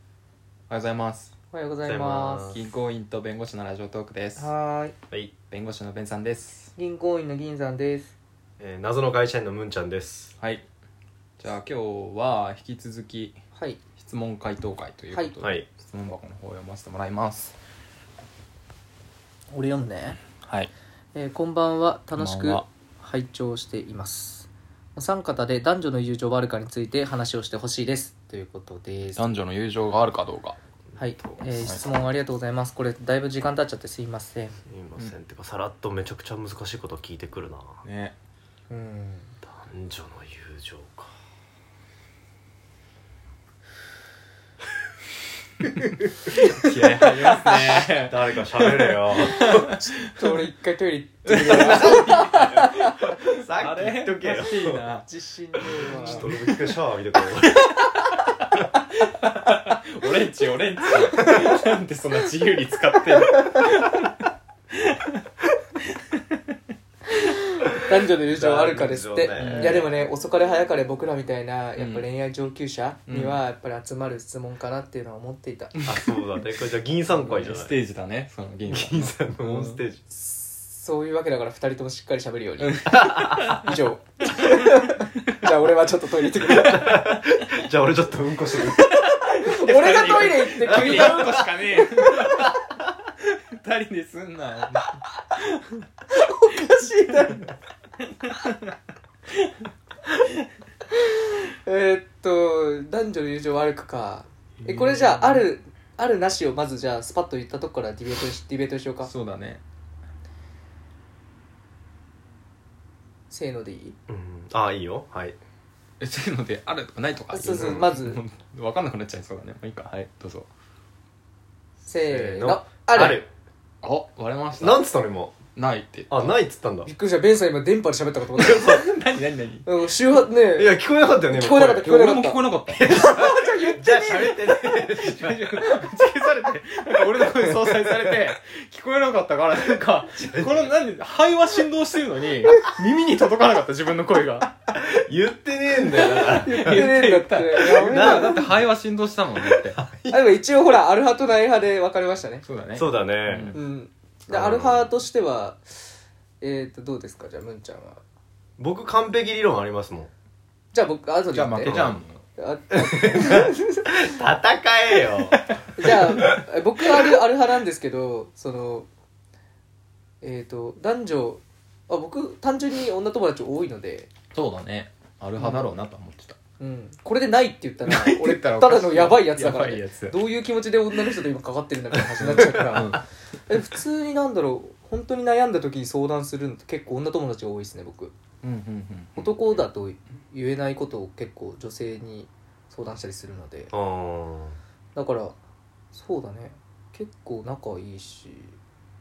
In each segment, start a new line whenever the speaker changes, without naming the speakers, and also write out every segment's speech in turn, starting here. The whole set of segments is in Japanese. おはようございます
おはようございま
おはようございます
す
銀行員と弁護士のラジオトークです
はーい
はい、
弁護士のベンさんです
銀行員の銀さんです
えー謎の会社員のムンちゃんです
はいじゃあ今日は引き続き
はい
質問回答会ということで、
はいはい
質問箱の方を読ませてもらいます
俺読んね、
はい
えーこんばんは楽し
こんば
く
んは
拝聴していますお三方で男女の友情はあるかについて話をしてほしいですということです
男女の友情があるかどうか
はい、えー質問ありがとうございますこれだいぶ時間経っちゃってすいません
すいません、てかさらっとめちゃくちゃ難しいこと聞いてくるな
ね
うん
男女の友情か
気合入りますね
誰か喋れよ
ちょ俺一回トイレ行って
さっき言っとけよ
おかしいな
自信ねえわ
ちょっと俺も一回シャワー浴びてこよ
オレンジオレンジ なんでそんな自由に使ってんの
男女の友情はあるかですって、
男
女ね
いやでもね遅かれ早かれ僕らみたいなやっぱ恋愛上級者
うん
にはやっぱり集まる質問かなっていうのは思っていた、
う あそうだねこれじゃあ銀さん会じゃな
ス
い
テージだねその銀さん
銀さんのオンステージ
そういうわけだから2人ともしっかり喋るように 以上 じゃあ俺はちょっとトイレ行ってくる
じゃあ俺ちょっとうんこする
俺がトイレ行って
急
君
に
が
4個しかねえよ二人ですんな
おかしい だろえーっと男女の友情は悪くかえこれじゃああるあるなしをまずじゃあスパッと言ったとこからディベートしディベートしようか
そうだね
せーのでいい
うんあいいよはい
えそういうのであるとかないとか
そうそう
いの
まず
もう分かんなくなっちゃいそうだねもういいかはいどうぞ
せー
せー
の
の
ある
あ割れました
なんつったの今
ないって
あないっつったんだ
びっくりしたベンさん今電波で喋ったかと思った
何何何
うん周波
い
ね
や聞こえなかったよね
聞こえなかった
いや俺も聞こえなかった
言って
じゃあ喋ってね
違う違う消されてなんか俺の声相殺され て聞こえなかったからなんかこの何肺は振動してるのに耳に届かなかった自分の声 が
言ってねえんだよだから
言ってねえんだってやめ
だ
な
だって肺は振動したもんだって
あでも一応ほらアルハとナイ派で分かれましたね
そうだね
そうだね、
うん
うんで
なるほど
アルハとしてはえっ、ー、とどうですかじゃあムンちゃんは
僕完璧理論ありますもん
じゃあ僕後で
じゃあ負け
言
ち
って
ゃうもん
あ
戦え よ
じゃあ僕はアルアルハなんですけどそのえっ、ー、と男女あ僕単純に女友達多いので
そうだねアルハだろうなとは思ってた
うん、これでないって言ったら
て
俺
言ったら
ただのやばいやつだから、
やばい
ね
やつ、
どういう気持ちで女の人と今かかってるんだって話になっちゃうから、
うん
え普通になんだろう本当に悩んだ時に相談するのって結構女友達が多いですね僕
うんうんうん
男だと言えないことを結構女性に相談したりするので
あー
だからそうだね結構仲いいし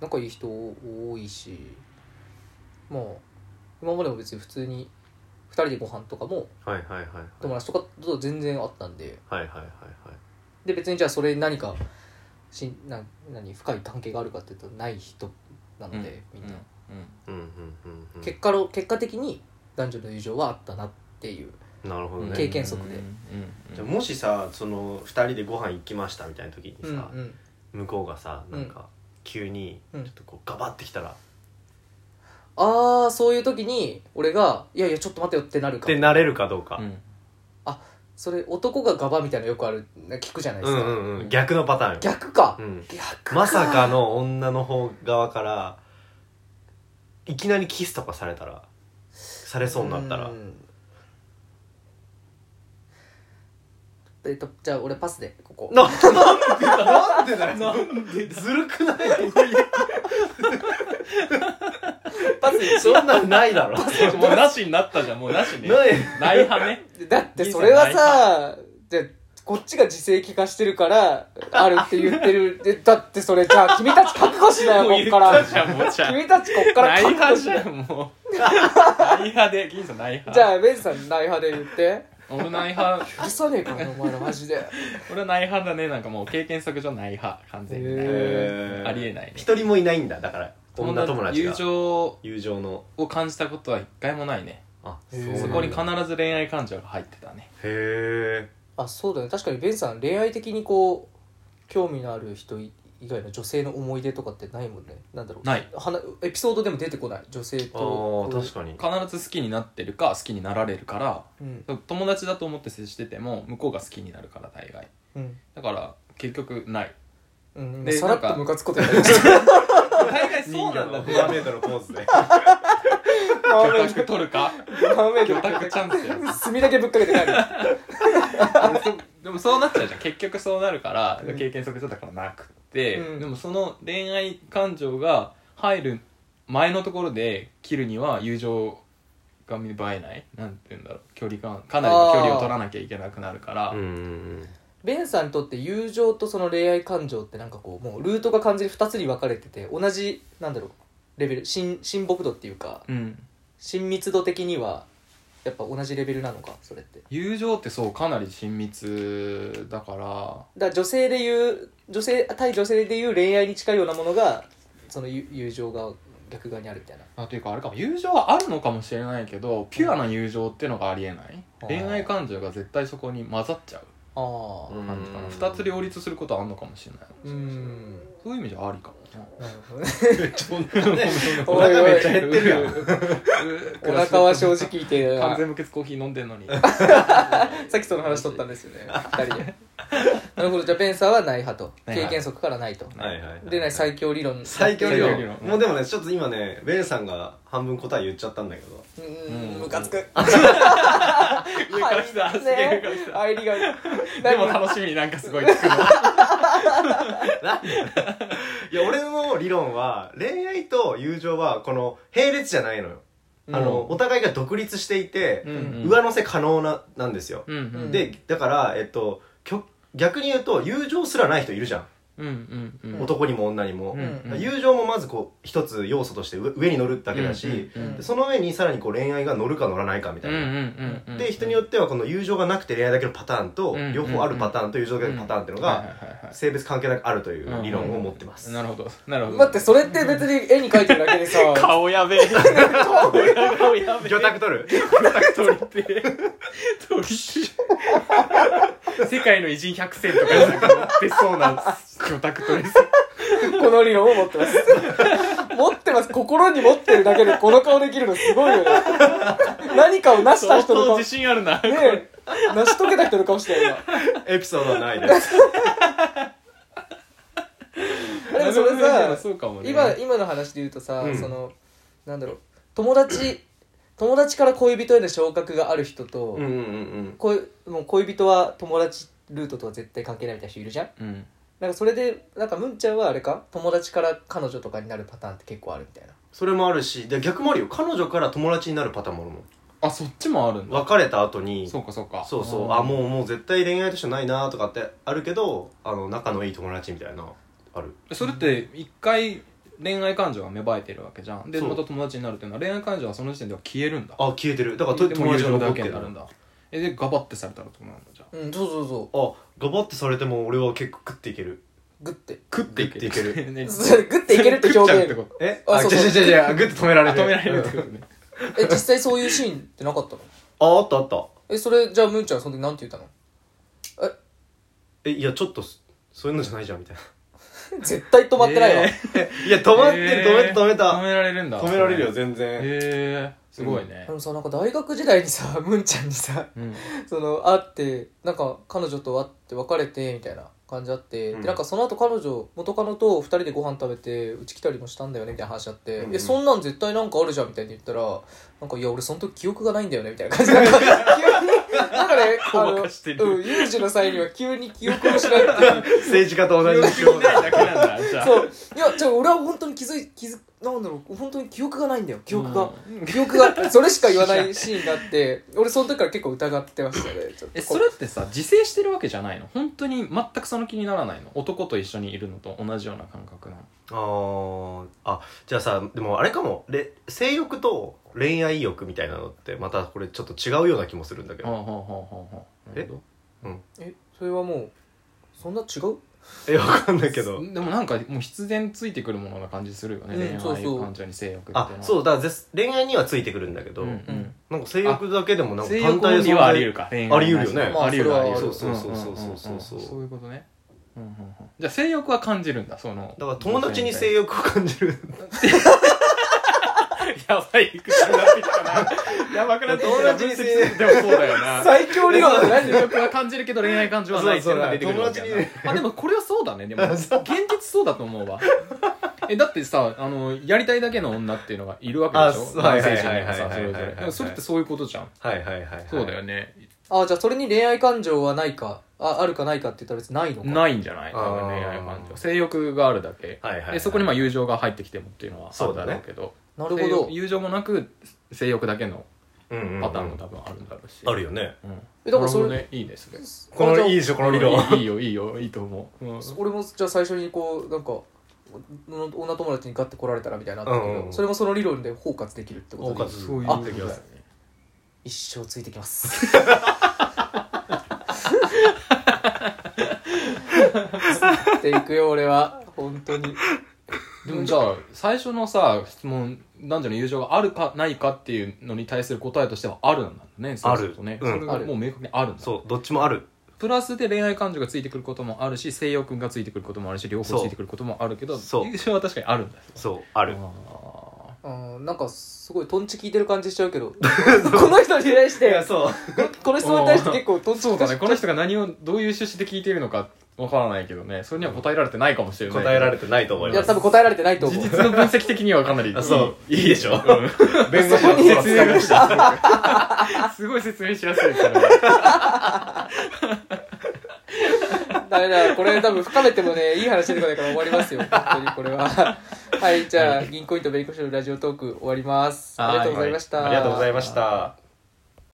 仲いい人多いしまあ今までも別に普通に2人でご飯とかも
はいはいはい
友達とかと全然あったんで
はいはいはいはい
で別にじゃあそれに何かしんな何深い関係があるかっていうとない人なので、みんな、
う
うんうんうんうん
結果の結果的に男女の友情はあったなっていう
なるほど
ん
ね
経験則で
うん
じゃあもしさその2人でご飯行きましたみたいな時にさ、
うんうん
向こうがさなんか急にち
う
ょ
ん
っとこうガバってきたら、
ああそういう時に俺が「いやいやちょっと待てよ」ってなる
っ
か
てなれるかどうか、
う
うん、
うんん
それ男がガバみたいなのよくある聞くじゃないで
う
すか、
んうん逆のパターンよ
逆か、
うん、
逆
まさかの女の方側からいきなりキスとかされたらされそうになったら、
んえっとじゃあ俺パスでここ
ななんでだなんでだよずるくない
パス一
そんなんないだろ
もうなしになったじゃんもうなしね
ない
ない派ね
だってそれはさじゃあこっちが自制気化してるからあるって言っ てるでだってそれじゃあ君たち覚悟しなよ
もう
こ
言
っ
っ
から
たじゃんもうじゃん
君たちこっから
ない
覚
派
悟し
じ
な
ゃ
よ
んもうない派で銀さんない派
じゃあベンさん内派で言って
俺ない派
許さねえからなお前らマジ で
俺はない派だねなんかもう経験則上ない派完全にない
へ
えー
ありえないね
一人もいないんだだから女友達が
友情
友情の
を感じたことは一回もないね
あ
へー
そこに必ず恋愛感情が入ってたね
へえ
あそうだね確かにベンさん恋愛的にこう興味のある人以外の女性の思い出とかってないもんねなんだろう
ない
話エピソードでも出てこない女性
あ
と
ー確かに
必ず好きになってるか好きになられるから
うん
友達だと思って接してても向こうが好きになるから大概
うん
だから結局ない
うん今
で
さらっ
なん
と
か
ムカつくことにな りました
大概
人
そうな
魚
んだ
の
って
フォアメイトのポーズで
魚拓取るか
ラーメン
魚拓チャンスや
炭だけぶっかけて帰る
でもそうなっちゃうじゃん結局そうなるから
うん
経験則上だからなくって、
うん
でもその恋愛感情が入る前のところで切るには友情が芽生えないなんて言うんだろう距離感かなりの距離を取らなきゃいけなくなるから、
うんうん
ベンさんにとって友情とその恋愛感情ってなんかこうもうルートが完全に2つに分かれてて同じなんだろうレベル親親睦度っていうか
うん
親密度的にはやっぱ同じレベルなのかそれって
友情ってそうかなり親密だから
だから女性でいう女性対女性でいう恋愛に近いようなものがその友友情が逆側にあるみたいな
あというかあれかも友情はあるのかもしれないけどピュアな友情っていうのがありえない、
うん
恋愛感情が絶対そこに混ざっちゃう
ああ
うん
感じかな2つ両立することはあるのかもしれない
うん
そういう意味じゃありかもな
なるほどね
そんなね
お腹めっちゃ減ってるやん。
お腹は正
直。
直いて
完全無欠コーヒー飲んでんのに。
さっきその話取ったんですよね2 人でなるほどじゃあベンさんはない派と
ない派
経験則からないと
はいはいはい
でない最強理論
最強理
最強理
論
論
もうでもねちょっと今ねベンさんが半分答え言っちゃったんだけど
うー
うんん
ムカ つく
上から来たすげえ上か
入りね
ら来た
入りが
でも
何
楽しみになんかすごい聞くの。
なんでいや俺の理論は恋愛と友情はこの並列じゃないのよ、あのお互いが独立していて、
うん
上乗せ可能ななんですよ、
うんうん。
でだからえっと極逆に言うと友情すらない人いるじゃん、
うんうんうん。
男にも女にも、
うんうん
友情もまずこう一つ要素として上上に乗るだけだし、
うんうんうん
でその上にさらにこう恋愛が乗るか乗らないかみたいな、で人によ
って
ってはこの友情がなくて恋愛だけのパターンと、
うん
両方あるパターンと友情だけのパターンっていうのが、性別関係なくあるという理論を持ってます、
なるほど。なるほど。
待ってそれって別に絵に描いてるだけでさ
顔やべえ。顔やべえ。
魚拓取る
鳥って。鳥って。世界の偉人100選とかになんか載ってそうな魚拓鳥さん。
この理論を持ってます 持ってます心に持ってるだけでこの顔できるのすご いよね何かを成し
相
た人の
当
顔
自
ね
信あるな。
え成し遂げた人の顔してる今
エピソードはな いです
あでもそれさ
そうかもね
今今の話で言うとさ、
うん
そのなんだろう友達友達から恋人への昇格がある人と、
うんうんうん
こうもう恋人は友達ルートとは絶対関係ないみたいな人いるじゃん
うん
なんかそれでなんかムンちゃんはあれか友達から彼女とかになるパターンって結構あるみたいな
それもあるしで逆もあるよ彼女から友達になるパターンもあるもん
あそっちもあるんだ
別れた後に
そうかそうか
そうそうあもうもう絶対恋愛としてないなとかってあるけどあの仲のいい友達みたいなある
うそれって一回恋愛感情が芽生えてるわけじゃんで
そう
また友達になるっていうのは恋愛感情はその時点では消えるんだ
あ消えてるだからと
でも友
友達が
情
残
だ
って
けに
る
なるんだえでガバってされたらどうなるのじゃあ
うんそうそうそ
あガバってされても俺は結構食っていける
うグッて
食っていけ
食っていけ
るね
それグッていけるって表現
食っちゃうってこ
え
あ
あ
そう
違う
そう
違う違う違うグッと止めら
と
れ
あ
る
止められるって
うん
ことね
え実際そういうシーンってなかったの
ああったあった
えそれじゃあムンちゃんその時なんて言ったの
えいやちょっとそそういうのじゃないじゃんみたいな
絶対止まってないわ、
え
いや止まってる
え
止め
ー
た止め
止
た
められるんだ
止められるよ
へ
全然
えすごいね
あのさなんか大学時代にさムンちゃんにさ
うん
その会ってなんか彼女と会って別れてみたいな感じあって、
うん
でなんかその後彼女元カノと2人でご飯食べてうち来たりもしたんだよねみたいな話あって、
うんうん
えそんなん絶対なんかあるじゃんみたいに言ったらなんかいや俺その時記憶がないんだよねみたいな感 じでなんか急になんかねあ
ごま
の
かしてる
うん有事の際には急に記憶を失うっていう
政治家と同じ
記憶ないだけなんだじゃあ
そういやじゃあ俺は本当に気づい気づなんだろう本当に記憶がないんだよ記憶が、
うん
記憶がそれしか言わないシーンがあって俺その時から結構疑ってましたねちょっと
えそれってさ自制してるわけじゃないの本当に全くその気にならないの男と一緒にいるのと同じような感覚なの
あーあじゃあさでもあれかもれ性欲と恋愛欲みたいなのってまたこれちょっと違うような気もするんだけ
はあ
ど
はあはあはあ
え
なるほど
えそれはもうそんな違う
えわかんないけど
でもなんかもう必然ついてくるものな感じするよね、
う
恋
んそうそう
愛感情に性欲って
あ
う
そうだからぜ恋愛にはついてくるんだけど、
んうん
なんか性欲だけでもなんか
性
単
欲
体
論
で
理
存
はあり
在
得るか恋愛
あり得るよね
あり得る
まあ
あり得る
それはあるそうそうそうそうそう
そういうことね
うんうんうん
じゃあ性欲は感じるんだその
だから友達に性欲を感じる
やばいくなってきたなやばくなってきたな
友達に性
分析するでもそうだよな
最強理論だね
性欲は感じるけど恋愛感情はないっていうのが出てくるわけや
そうそう
なあでもこれはそうだねでも現
そ
実そうだと思うわえだってさあのやりたいだけの女っていうのがいるわけでしょ
あは
男
いはい
性
はい
陣
はい
にはさそれぞ
はいはいは
れ
い
でもそれってそういうことじゃん
はいはいはい、はい、
そうだよね
あじゃあそれに恋愛感情はないかああるかないかって言ったら別にないのか
ないんじゃない多分
あー
恋愛感情性欲があるだけ
はいはいはい
でそこにまあ友情が入ってきてもっていうのはあるだろうけど
なるほど
性友情もなく性欲だけの
うんうんうん
パターンも多分あるんだろうし、
あるよね
うん、
えだからそれ
なるほどねいいねそれ
このいい
い
でしょこの理論
いいいよいいよいいと思う、うん、
俺もじゃあ最初にこうなんかお女友達にガッて来られたらみたいなのあったけど、
うんうん
それもその理論で包括できるってこと
包括
で
そういうこ
あ
とだよね
一生ついてきますついていくよ俺は本当に
でもじゃあ最初のさ質問男女の友情があるかないかっていうのに対する答えとしてはあるなんだねそうすとね
あるう
そ
ん
れがもう明確にあるんだ
そうどっちもある
プラスで恋愛感情がついてくることもあるし性欲がついてくることもあるし両方ついてくることもあるけど
そう
友情は確かにあるんだ
そうあ
あ
る
うんなんかすごいトンチ聞いてる感じしちゃうけど この人に対し
いや
て
そう
この質問に対して結構トンチ
そう
聞か
だ
せ
ねこの人が何をどういう趣旨で聞いているのかわからないけどねそれには答えられてないかもしれないけど
答えられてないと思い
い
ま
や
す
多分答えられてないと思
事
う
実の分析的にはかなり
あ そう
いい
いいでしょ
うん
弁護士の
説明がしや すごい説明しやすいから
ダメだこれ多分深めてもねいい話出てこないから終わりますよ本当にこれははいじゃあ銀行員と弁護士のラジオトーク終わりますありがとうございました
ありがとうございました